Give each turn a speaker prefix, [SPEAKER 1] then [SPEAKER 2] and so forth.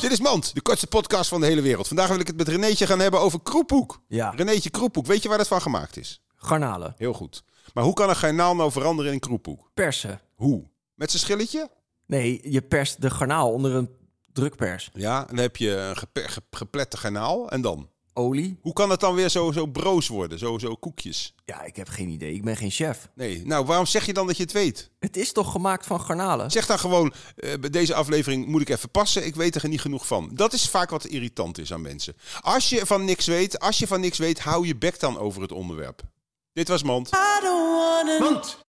[SPEAKER 1] Dit is Mand, de kortste podcast van de hele wereld. Vandaag wil ik het met Renéetje gaan hebben over kroephoek.
[SPEAKER 2] Ja.
[SPEAKER 1] Renéetje Kroephoek, weet je waar dat van gemaakt is?
[SPEAKER 2] Garnalen.
[SPEAKER 1] Heel goed. Maar hoe kan een garnaal nou veranderen in kroephoek?
[SPEAKER 2] Persen.
[SPEAKER 1] Hoe? Met zijn schilletje?
[SPEAKER 2] Nee, je perst de garnaal onder een drukpers.
[SPEAKER 1] Ja, en dan heb je een gepe- ge- geplette garnaal. En dan?
[SPEAKER 2] Olie?
[SPEAKER 1] Hoe kan het dan weer zo, zo broos worden? Zo, zo koekjes?
[SPEAKER 2] Ja, ik heb geen idee. Ik ben geen chef.
[SPEAKER 1] Nee, nou waarom zeg je dan dat je het weet?
[SPEAKER 2] Het is toch gemaakt van garnalen?
[SPEAKER 1] Zeg dan gewoon, eh, bij deze aflevering moet ik even passen. Ik weet er niet genoeg van. Dat is vaak wat irritant is aan mensen. Als je van niks weet, als je van niks weet, hou je bek dan over het onderwerp. Dit was Mand.